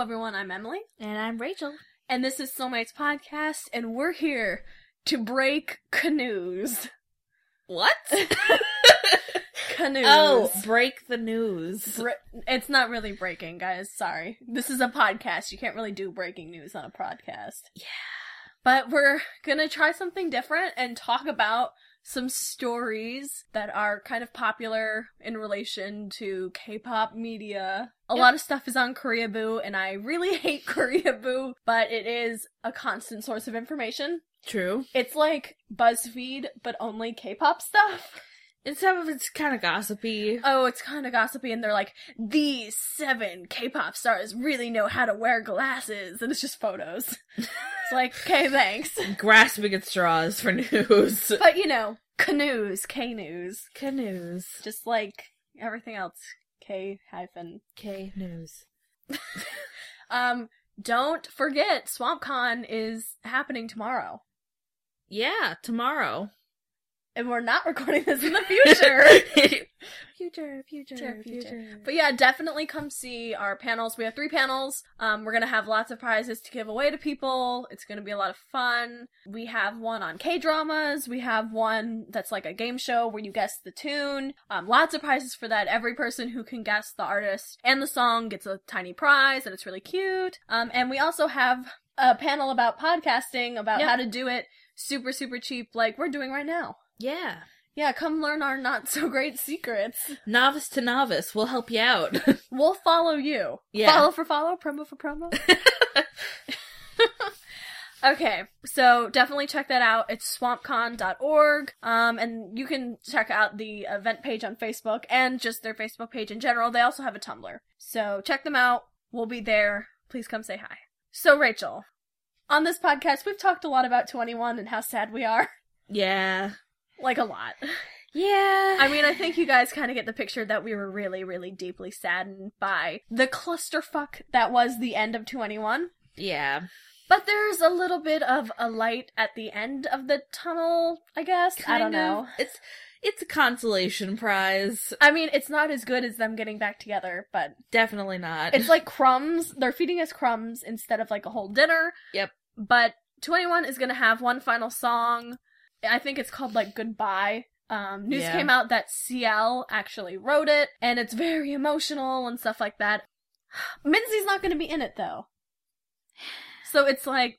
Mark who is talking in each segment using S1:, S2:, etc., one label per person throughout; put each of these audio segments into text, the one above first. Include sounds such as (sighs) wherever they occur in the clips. S1: everyone. I'm Emily,
S2: And I'm Rachel.
S1: and this is Soulmates Podcast, and we're here to break canoes.
S2: What?
S1: (laughs) Canoes.
S2: oh, break the news.
S1: Bre- it's not really breaking, guys. Sorry. This is a podcast. You can't really do breaking news on a podcast.
S2: Yeah.
S1: But we're gonna try something different and talk about some stories that are kind of popular in relation to K-pop media. A
S2: Yep.
S1: lot of stuff is on Koreaboo, and I really (laughs) hate Koreaboo, but it is a constant source of information.
S2: True.
S1: It's like BuzzFeed, but only K-pop stuff.
S2: And some of it's kind of gossipy.
S1: Oh, it's kind of gossipy, and they're like, these seven K-pop stars really know how to wear glasses, and it's just photos. it's like, okay, thanks.
S2: Grasping at straws for (laughs) news.
S1: But you know, canoes, K-news,
S2: Canoes.
S1: just like everything else, K hyphen.
S2: K news.
S1: Um, don't forget, SwampCon is happening tomorrow,
S2: Yeah, tomorrow.
S1: and we're not (laughs) recording this in the future.
S2: future, future,
S1: future. But yeah, definitely come see our panels. We have three panels. Um, we're gonna have lots of prizes to give away to people. It's gonna be a lot of fun. We have one on K dramas. We have one that's like a game show where you guess the tune. Um, lots of prizes for that. Every person who can guess the artist and the song gets a tiny prize, and it's really cute. Um, and we also have a panel about podcasting, about
S2: Yep.
S1: how to do it super, super cheap, like we're doing right now.
S2: yeah.
S1: Yeah, come learn our not so great secrets.
S2: Novice to novice, we'll help you out. (laughs)
S1: We'll follow you.
S2: Yeah.
S1: Follow for follow, promo for promo. okay, so definitely check that out. It's swampcon.org. Um, and you can check out the event page on Facebook and just their Facebook page in general. They also have a Tumblr. So check them out. We'll be there. Please come say hi. So, Rachel, on this podcast, we've talked a lot about 21 and how sad we are. (laughs)
S2: yeah.
S1: Like, a lot.
S2: Yeah.
S1: I mean, I think you guys kind of get the picture that we were really, really deeply saddened by the clusterfuck that was the end of 21.
S2: Yeah.
S1: But there's a little bit of a light at the end of the tunnel, I guess. I don't
S2: Kind
S1: know.
S2: of. It's it's a consolation prize.
S1: I mean, it's not as good as them getting back together, but
S2: Definitely not.
S1: it's like crumbs. They're feeding us crumbs instead of like a whole dinner.
S2: Yep.
S1: But 21 is going to have one final song. I think it's called like Goodbye. Um, news
S2: Yeah.
S1: came out that CL actually wrote it, and it's very emotional and stuff like that. (sighs) Minzy's not going to be in it though. So it's like,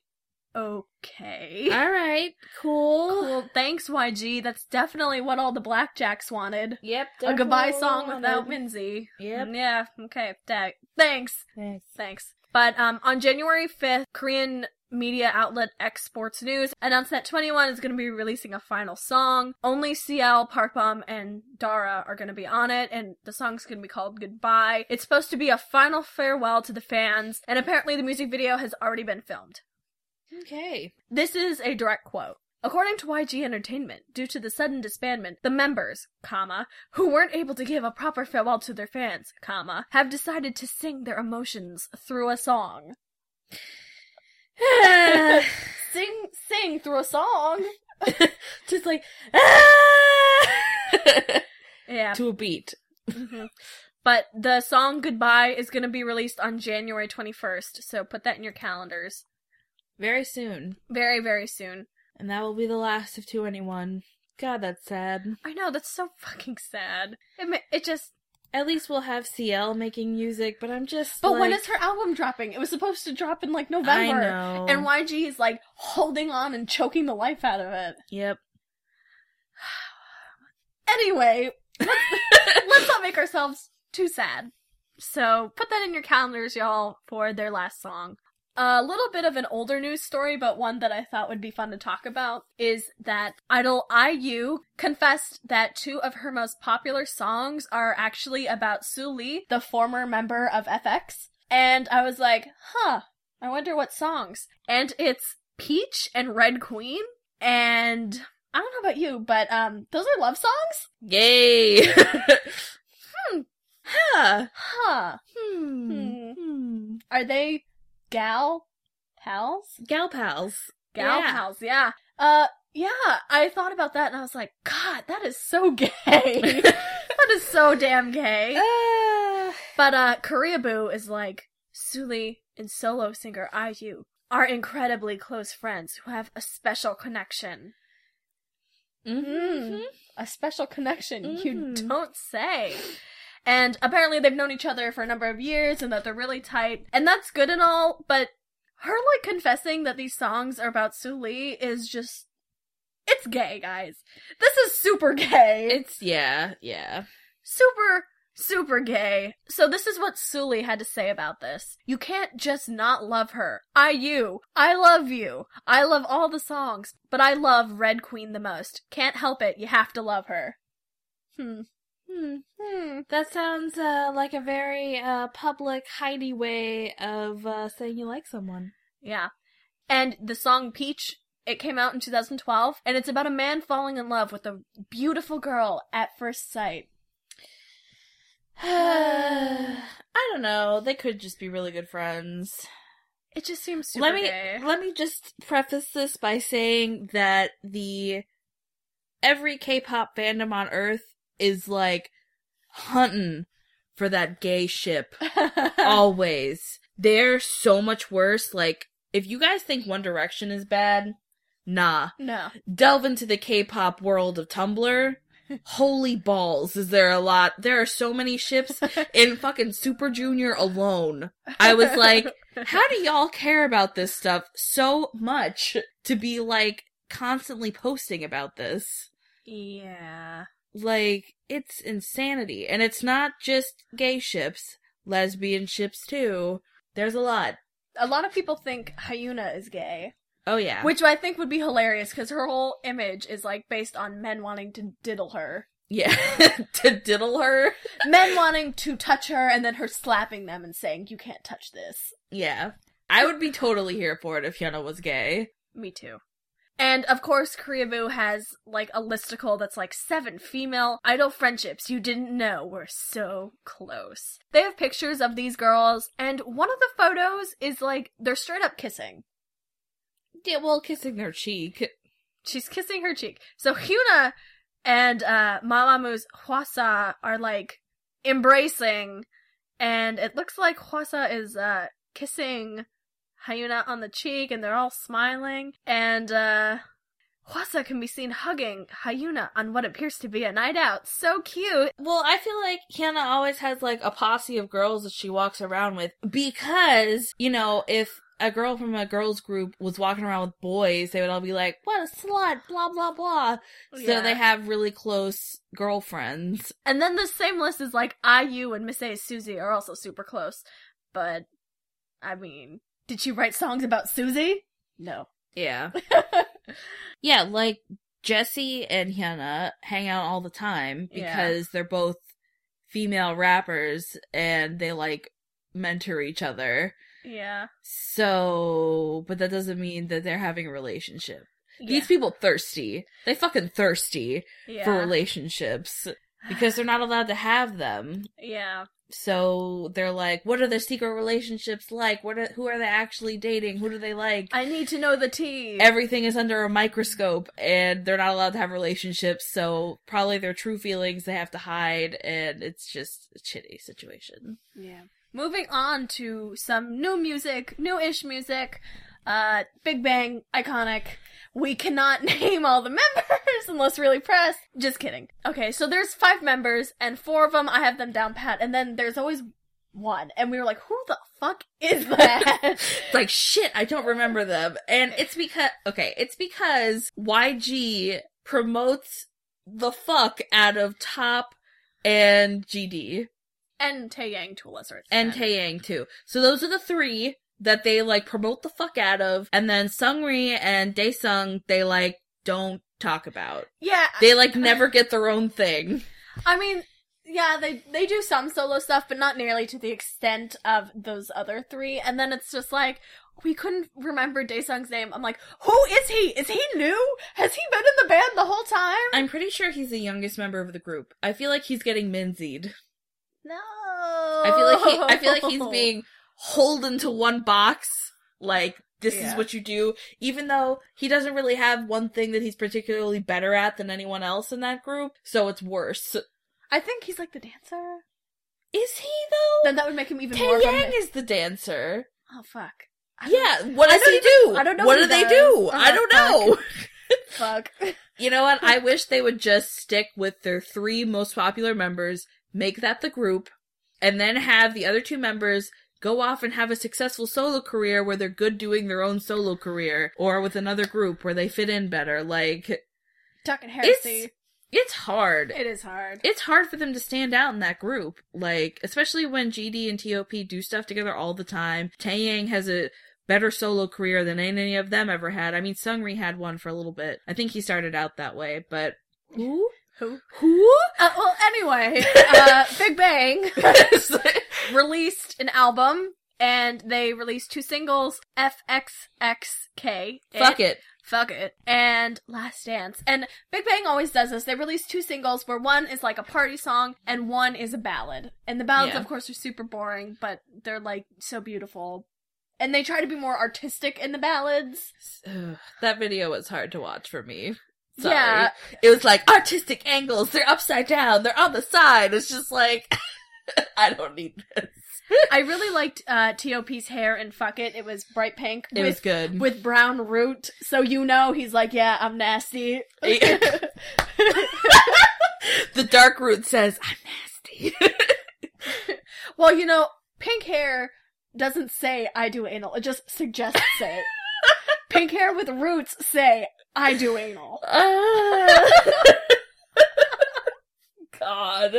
S1: okay.
S2: (laughs) all right. Cool.
S1: (laughs) Cool. Thanks, YG. That's definitely what all the Blackjacks wanted.
S2: Yep.
S1: A goodbye song without Minzy. Mm,
S2: Yep.
S1: Yeah, okay. da- Thanks.
S2: Thanks.
S1: Thanks. But um, on January 5th, Korean media outlet X Sports News announced that 21 is going to be releasing a final song. Only CL, Park Bum, and Dara are going to be on it, and the song's going to be called Goodbye. It's supposed to be a final farewell to the fans, and apparently the music video has already been filmed. (laughs)
S2: Okay.
S1: This is a direct quote. According to YG Entertainment, due to the sudden disbandment, the members, comma, who weren't able to give a proper farewell to their fans, comma, have decided to sing their emotions through a song. Sing, sing through a song.
S2: Just like
S1: "Ah!" Yeah.
S2: (laughs) to a beat.
S1: mhm. But the song "Goodbye" is going to be released on January 21st, so put that in your calendars.
S2: Very soon,
S1: Very, very soon.
S2: and that will be the last of two anyone. God, that's sad.
S1: I know that's so fucking sad. It ma- it just.
S2: At least we'll have CL making music, but I'm just.
S1: But when
S2: like-
S1: is her album dropping? It was supposed to drop in like November.
S2: I know.
S1: And YG is like holding on and choking the life out of it.
S2: Yep.
S1: Anyway, let's, let's not make ourselves too sad. So put that in your calendars, y'all, for their last song. A little bit of an older news story, but one that I thought would be fun to talk about is that idol IU confessed that two of her most popular songs are actually about Soo Lee, the former member of FX. And I was like, huh, I wonder what songs. And it's Peach and Red Queen. And I don't know about you, but um, those are love songs?
S2: Yay. (laughs) hmm. Huh.
S1: Huh.
S2: Hmm.
S1: Uh, Hmm.
S2: Hmm.
S1: Are they gal pals?
S2: Gal pals.
S1: Gal
S2: Yeah.
S1: pals, yeah. Uh, yeah, I thought about that and I was like, God, that is so (laughs) gay. that is so damn gay. uh,
S2: Ah.
S1: But uh, Koreaboo is like, Suli, and solo singer IU are incredibly close friends who have a special connection.
S2: Mm-hmm.
S1: Mm. A special connection, you
S2: Mhm.
S1: don't say. And apparently they've known each other for a number of years and that they're really tight. And that's good and all, but her like confessing that these songs are about Su Lee is just it's gay, guys. This is super gay.
S2: It's yeah, yeah.
S1: super super gay so this is what sully had to say about this you can't just not love her i you i love you i love all the songs but i love red queen the most can't help it you have to love her hmm
S2: Hmm.
S1: hmm
S2: That sounds uh, like a very uh, public Heidi way of uh, saying you like someone. (sighs)
S1: yeah and the song peach it came out in 2012 and it's about a man falling in love with a beautiful girl at first sight
S2: I don't know. They could just be really good friends.
S1: it just seems super
S2: let me
S1: gay.
S2: (laughs) let me just preface this by saying that the every K-pop fandom on Earth is like hunting for that gay ship (laughs) Oh. always. They're so much worse. Like, if you guys think One Direction is bad, nah.
S1: (laughs) no
S2: Delve into the K-pop world of Tumblr. Holy balls, is there a lot? There are so many ships in fucking Super Junior alone. I was
S1: (laughs)
S2: like, how do y'all care about this stuff so much to be like constantly posting about this?
S1: yeah
S2: Like, it's insanity. And it's not just gay ships, lesbian ships too. There's a lot.
S1: a lot of people think Hyuna is gay,
S2: Oh yeah.
S1: which I think would be hilarious because her whole image is like based on men wanting to diddle her,
S2: yeah. (laughs) to diddle her.
S1: men wanting to touch her, and then her slapping them and saying, "You can't touch this."
S2: Yeah. I would be totally here for it if Hyuna was gay.
S1: Me too. And of course, Kriyabu has like a listicle that's like seven female idol friendships you didn't know were so close. They have pictures of these girls, and one of the photos is like they're straight up kissing.
S2: Yeah, well, kissing their cheek.
S1: she's kissing her cheek. So Hyuna and uh Mamamu's Hwasa are like embracing and it looks like Hwasa is uh kissing Hyuna on the cheek and they're all smiling and uh Hwasa can be seen hugging Hyuna on what appears to be a night out. So cute.
S2: Well, I feel like Hannah always has like a posse of girls that she walks around with because, you know, if a girl from a girls group was walking around with boys, they would all be like, what a slut, blah, blah, blah. So they have really close girlfriends.
S1: And then the same list is like IU and Miss A Susie are also super close. But I mean, did she write songs about Susie? (laughs) No.
S2: Yeah. (laughs) Yeah, like Jesse and Hannah hang out all the time
S1: Yeah.
S2: because they're both female rappers and they like mentor each other.
S1: Yeah.
S2: So, but that doesn't mean that they're having a relationship.
S1: Yeah.
S2: These people thirsty. They fucking thirsty
S1: yeah.
S2: for relationships because they're not allowed to have them.
S1: yeah.
S2: So they're like, what are their secret relationships like? What are, who are they actually dating? Who do they like?
S1: I need to know the tea.
S2: Everything is under a microscope and they're not allowed to have relationships. So probably their true feelings they have to hide and it's just a shitty situation.
S1: yeah. Moving on to some new music, new-ish music. Uh, Big Bang, iconic. We cannot (laughs) name all the members unless really pressed. Just kidding. Okay, so there's five members, and four of them I have them down pat, and then there's always one, and we were like, "Who the fuck is
S2: (laughs)
S1: that?"
S2: It's like shit, I don't remember them. And it's because okay, it's because YG promotes the fuck out of Top and GD
S1: and Taeyang to a lesser
S2: and
S1: extent.
S2: Taeyang too. So those are the three that they like promote the fuck out of and then Sungri and Daesung they like don't talk about.
S1: yeah,
S2: They like never get their own thing.
S1: I mean, yeah, they they do some solo stuff, but not nearly to the extent of those other three. And then it's just like we couldn't remember Daesung's name. I'm like, who is he? Is he new? Has he been in the band the whole time?
S2: I'm pretty sure he's the youngest member of the group. I feel like he's getting minzied.
S1: No.
S2: I feel like he, I feel
S1: (laughs)
S2: like
S1: Oh.
S2: he's being holden to one box. Like this is
S1: Yeah.
S2: what you do, even though he doesn't really have one thing that he's particularly better at than anyone else in that group. So it's worse.
S1: I think he's like the dancer.
S2: Is he though?
S1: Then that would make him even more.
S2: Tae
S1: of a mi-
S2: Yang is the dancer.
S1: Oh fuck. I don't-
S2: Yeah, what
S1: I
S2: does he
S1: don't even-
S2: do?
S1: I don't know
S2: What
S1: what
S2: do
S1: he
S2: they
S1: does.
S2: do? I
S1: Uh,
S2: don't know.
S1: Fuck. (laughs)
S2: You know what? I wish they would just stick with their three most popular members, make that the group, and then have the other two members go off and have a successful solo career where they're good doing their own solo career or with another group where they fit in better. Like,
S1: Talking heresy.
S2: it's hard.
S1: It is hard.
S2: It's hard for them to stand out in that group. Like, especially when GD and TOP do stuff together all the time. Taeyang has a better solo career than any of them ever had. I mean, Sungri had one for a little bit. I think he started out that way, but (laughs) who?
S1: Who?
S2: Who?
S1: Uh, well, anyway, uh, (laughs) Big Bang released an album and they released two singles, FXXK.
S2: Fuck it. (sighs)
S1: Fuck it. And Last Dance. And Big Bang always does this. They release two singles where one is like a party song and one is a ballad. And the ballads,
S2: Yeah.
S1: of course, are super boring, but they're like so beautiful. And they try to be more artistic in the
S2: (laughs)
S1: ballads.
S2: Ugh, that video was hard to watch for me. Sorry.
S1: Yeah.
S2: It was like artistic angles, they're upside down, they're on the side. It's just like, (laughs) I don't need this.
S1: I really liked uh, T.O.P.'s hair in Fuck It. It was bright pink
S2: It was
S1: with,
S2: good.
S1: with brown root. So you know he's like, yeah, I'm nasty.
S2: the dark root says, I'm nasty.
S1: (laughs) Well, you know, pink hair doesn't say I do anal. It just suggests
S2: (laughs)
S1: it. pink hair with roots say I do anal. Ah.
S2: (laughs) God.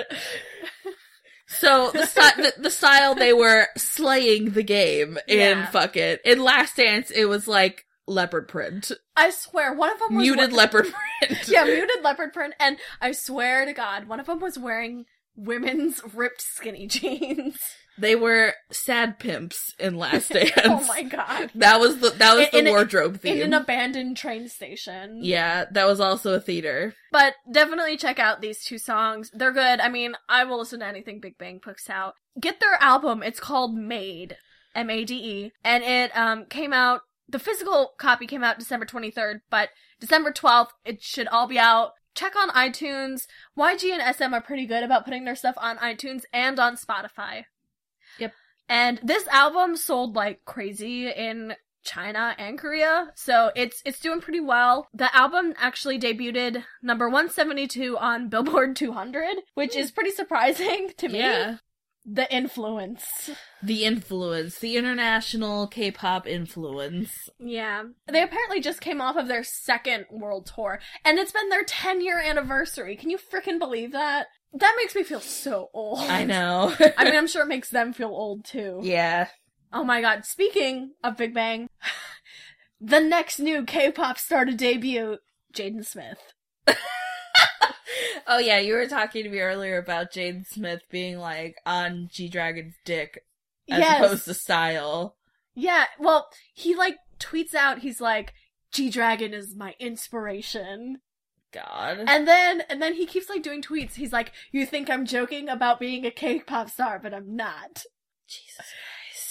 S2: So the, sty- the the style they were slaying the game in
S1: Yeah.
S2: fuck it in Last Dance it was like leopard print
S1: I swear, one of them was
S2: muted
S1: wa-
S2: leopard (laughs)
S1: (laughs)
S2: print
S1: yeah, muted leopard print, and I swear to God, one of them was wearing women's ripped skinny (laughs) jeans.
S2: they were sad pimps in (laughs) Last Dance
S1: oh my God!
S2: that was the that was
S1: In- in
S2: the
S1: a-
S2: wardrobe
S1: In
S2: theme
S1: an abandoned train station.
S2: yeah that was also a theater
S1: But definitely check out these two songs. They're good. I mean, I will listen to anything Big Bang puts out. Get their album. It's called Made, M A D E, and it um came out. The physical copy came out December 23rd, but December 12th it should all be out. Check on iTunes. YG and SM are pretty good about putting their stuff on iTunes and on Spotify.
S2: Yep.
S1: And this album sold like crazy in China and Korea. So it's it's doing pretty well. The album actually debuted number 172 on Billboard 200, which is pretty surprising (laughs) to me.
S2: Hmm. yeah
S1: The influence.
S2: the influence the international K-pop influence
S1: Yeah. They apparently just came off of their second world tour and it's been their 10 year anniversary. Can you freaking believe that? That makes me feel so old.
S2: I (laughs) know
S1: (laughs) I mean, I'm sure it makes them feel old too.
S2: yeah
S1: Oh my god, speaking of Big Bang, (laughs) the next new K-pop star to debut, Jaden Smith.
S2: Oh yeah, you were talking to me earlier about Jaden Smith being like on G Dragon's dick as
S1: yes.
S2: opposed to style.
S1: Yeah, well, he like tweets out, he's like, G Dragon is my inspiration.
S2: God.
S1: And then and then he keeps like doing tweets. He's like, You think I'm joking about being a K pop star, but I'm not.
S2: Jesus Christ.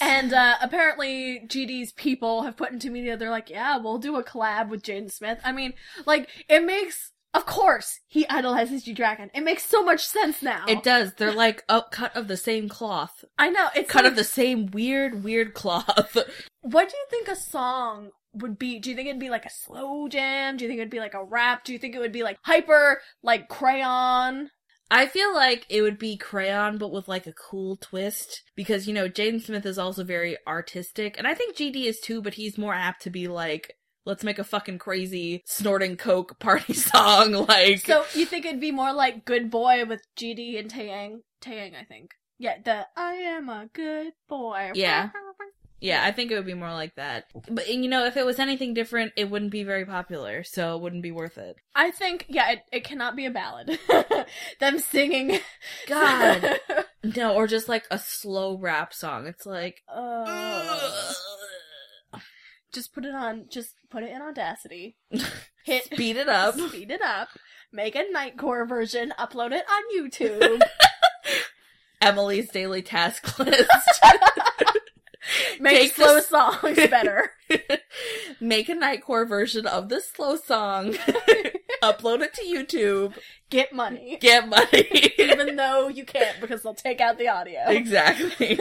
S1: And uh apparently GD's people have put into media they're like, Yeah, we'll do a collab with Jaden Smith. I mean, like, it makes of course he idolizes G Dragon. It makes so much sense now.
S2: it does. They're like oh, cut of the same cloth.
S1: I know, it's
S2: Cut
S1: like-
S2: of the same weird, weird cloth.
S1: What do you think a song would be? Do you think it'd be like a slow jam? Do you think it'd be like a rap? Do you think it would be like hyper, like crayon?
S2: I feel like it would be crayon, but with like a cool twist. Because, you know, Jaden Smith is also very artistic. And I think GD is too, but he's more apt to be like, let's make a fucking crazy snorting coke (laughs) party song. Like,
S1: So you think it'd be more like Good Boy with GD and Taeyang? Taeyang, I think. Yeah, the I am a good boy.
S2: Yeah. Yeah, I think it would be more like that. But and, you know, if it was anything different, it wouldn't be very popular, so it wouldn't be worth it.
S1: I think, yeah, it, it cannot be a ballad. (laughs) Them singing. (laughs)
S2: no, or just like a slow rap song. It's like (laughs)
S1: Ugh. just put it on, just put it in Audacity.
S2: (laughs)
S1: Hit (laughs)
S2: beat it up.
S1: Speed it up. Make a nightcore version. Upload it on YouTube.
S2: Emily's daily task list. (laughs)
S1: Make
S2: (laughs) Take
S1: slow
S2: this- (laughs)
S1: songs better.
S2: Make a nightcore version of this slow song. (laughs) Upload it to YouTube.
S1: Get money.
S2: Get money.
S1: (laughs) Even (laughs) though you can't because they'll take out the audio.
S2: exactly.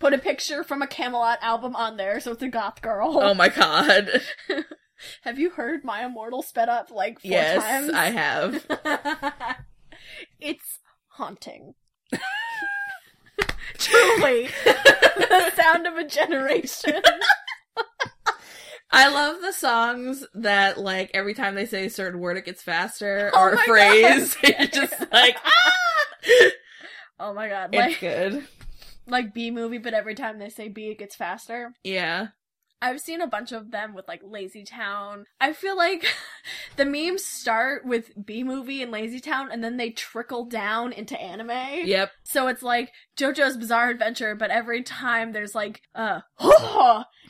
S1: Put a picture picture from a Camelot album on there, so it's a goth girl.
S2: Oh my god.
S1: (laughs) have you heard My Immortal sped up like four
S2: yes,
S1: times?
S2: I have.
S1: (laughs)
S2: (laughs)
S1: it's haunting. Truly, (laughs) the sound of a
S2: (laughs)
S1: generation.
S2: I love the songs that like every time they say a certain word it gets faster
S1: Oh
S2: or a
S1: my
S2: phrase.
S1: God.
S2: (laughs) You're just like ah!
S1: Oh my god,
S2: It's
S1: (laughs) like
S2: good.
S1: like B movie, but every time they say B, it gets faster.
S2: Yeah.
S1: I've seen a bunch of them with like Lazy Town. I feel like (laughs) the memes start with B movie and Lazy Town, and then they trickle down into anime.
S2: Yep.
S1: So it's like JoJo's Bizarre Adventure, but every time there's like, uh, (laughs)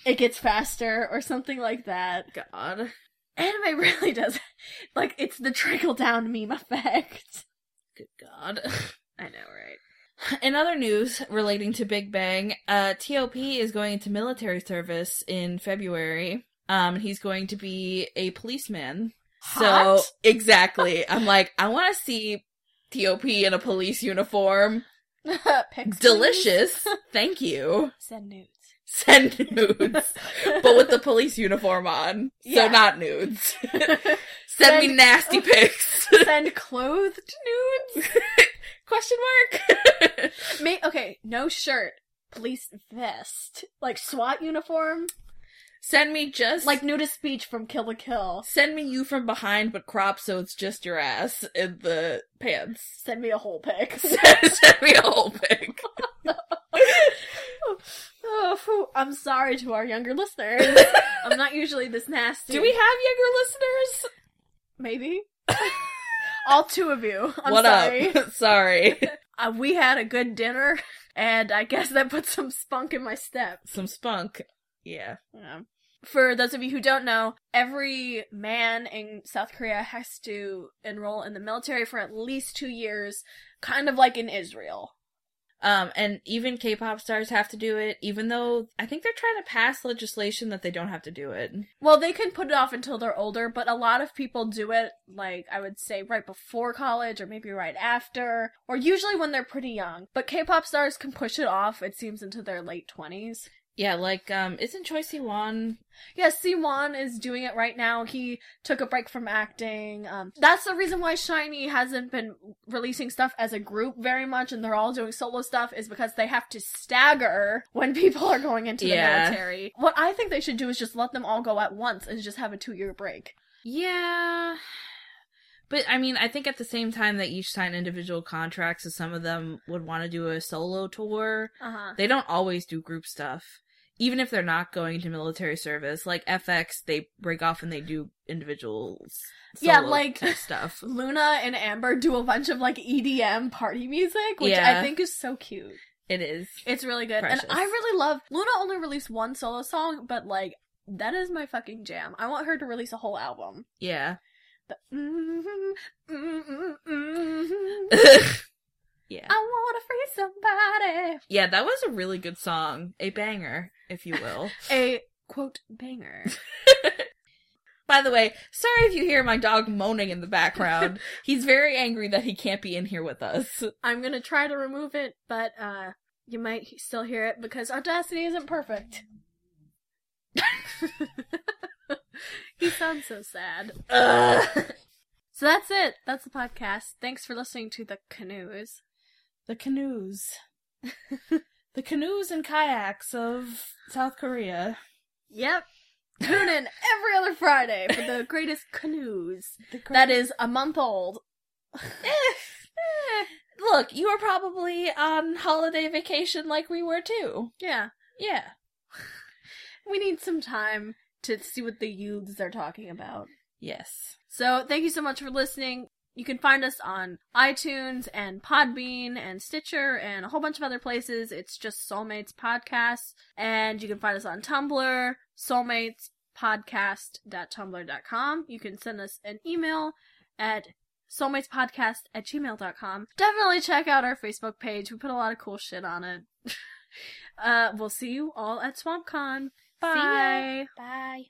S1: it gets faster or something like that.
S2: God.
S1: Anime (laughs) really does, like, it's the trickle down meme effect.
S2: Good God.
S1: (laughs) I know, right?
S2: In other news relating to Big Bang, uh, TOP is going into military service in February. Um, he's going to be a policeman.
S1: Hot?
S2: So exactly, I'm like, I want to see TOP in a police uniform.
S1: (laughs) Pics, please. (laughs)
S2: Delicious. Thank you.
S1: Send nudes.
S2: Send nudes,
S1: (laughs)
S2: but with the police uniform on.
S1: Yeah.
S2: So not nudes.
S1: the
S2: Send me
S1: Send-
S2: nasty pics.
S1: (laughs) send clothed nudes.
S2: (laughs) Question mark. (laughs)
S1: May- okay, no shirt, police vest, like SWAT uniform,
S2: Send me just
S1: like nudist speech from Kill the Kill.
S2: Send me you from behind, but crop so it's just your ass in the pants. (laughs)
S1: Send me a whole (laughs) pic.
S2: send, send me a whole pic.
S1: Oh, phew, I'm sorry to our younger listeners.
S2: (laughs)
S1: I'm not usually this nasty.
S2: Do we have younger listeners? (laughs)
S1: Maybe. All two of you. I'm
S2: what
S1: sorry.
S2: up? (laughs) sorry.
S1: Uh, we had a good dinner, and I guess that put some spunk in my step.
S2: Some spunk. Yeah.
S1: Yeah. For those of you who don't know, every man in South Korea has to enroll in the military for at least two years, kind of like in Israel.
S2: Um, and even K-pop stars have to do it, even though I think they're trying to pass legislation that they don't have to do it.
S1: Well, they can put it off until they're older, but a lot of people do it, like, I would say right before college or maybe right after, or usually when they're pretty young. But K pop stars can push it off, it seems, into their late 20s.
S2: Yeah, like, um, isn't Choi Siwon?
S1: Yeah, Siwon is doing it right now. He took a break from acting. Um, that's the reason why Shiny hasn't been releasing stuff as a group very much, and they're all doing solo stuff, is because they have to stagger when (laughs) people are going into the
S2: Yeah.
S1: military. What I think they should do is just let them all go at once and just have a two year break.
S2: Yeah. But I mean, I think at the same time they each sign individual contracts, so some of them would want to do a solo tour.
S1: Uh huh.
S2: They don't always do group stuff. Even if they're not going to military service, like FX, they break off and they do individuals.
S1: Yeah,
S2: solo
S1: like-
S2: type (laughs) stuff.
S1: Luna and Amber do a bunch of like EDM party music, which I
S2: Yeah.
S1: think is so cute.
S2: It is.
S1: It's really good. And
S2: Precious.
S1: I really love Luna only released one solo song, but like that is my fucking jam. I want her to release a whole album. (laughs)
S2: Yeah.
S1: The, mm, mm, mm, (laughs) mm,
S2: yeah.
S1: I wanna free somebody.
S2: Yeah, that was a really good song. A banger, if you will.
S1: A quote (laughs) banger.
S2: By the way, sorry if you hear my dog moaning in
S1: (laughs)
S2: the background. He's very angry that he can't be in here with us.
S1: I'm gonna try to remove it, but uh you might still hear it because Audacity isn't perfect. (laughs) he sounds so sad.
S2: Ugh.
S1: So that's it. That's the podcast. Thanks for listening to the canoes. (laughs)
S2: The canoes. the canoes and kayaks of South Korea.
S1: (laughs) Yep. Tune in every other Friday for the greatest (laughs) canoes.
S2: The
S1: That is a month old.
S2: Eh. (laughs) Look, you were probably on holiday vacation like we were too.
S1: Yeah.
S2: Yeah.
S1: (laughs) We need some time to see what the youths are talking about.
S2: Yes.
S1: So thank you so much for listening. You can find us on iTunes and Podbean and Stitcher and a whole bunch of other places. It's just Soulmates Podcast. And you can find us on Tumblr, soulmatespodcast.tumblr.com. You can send us an email at soulmatespodcast at gmail.com. Definitely check out our Facebook page. We put a lot of cool shit on (laughs) it. uh, we'll see you all at SwampCon.
S2: ya.
S1: Bye.
S2: Bye.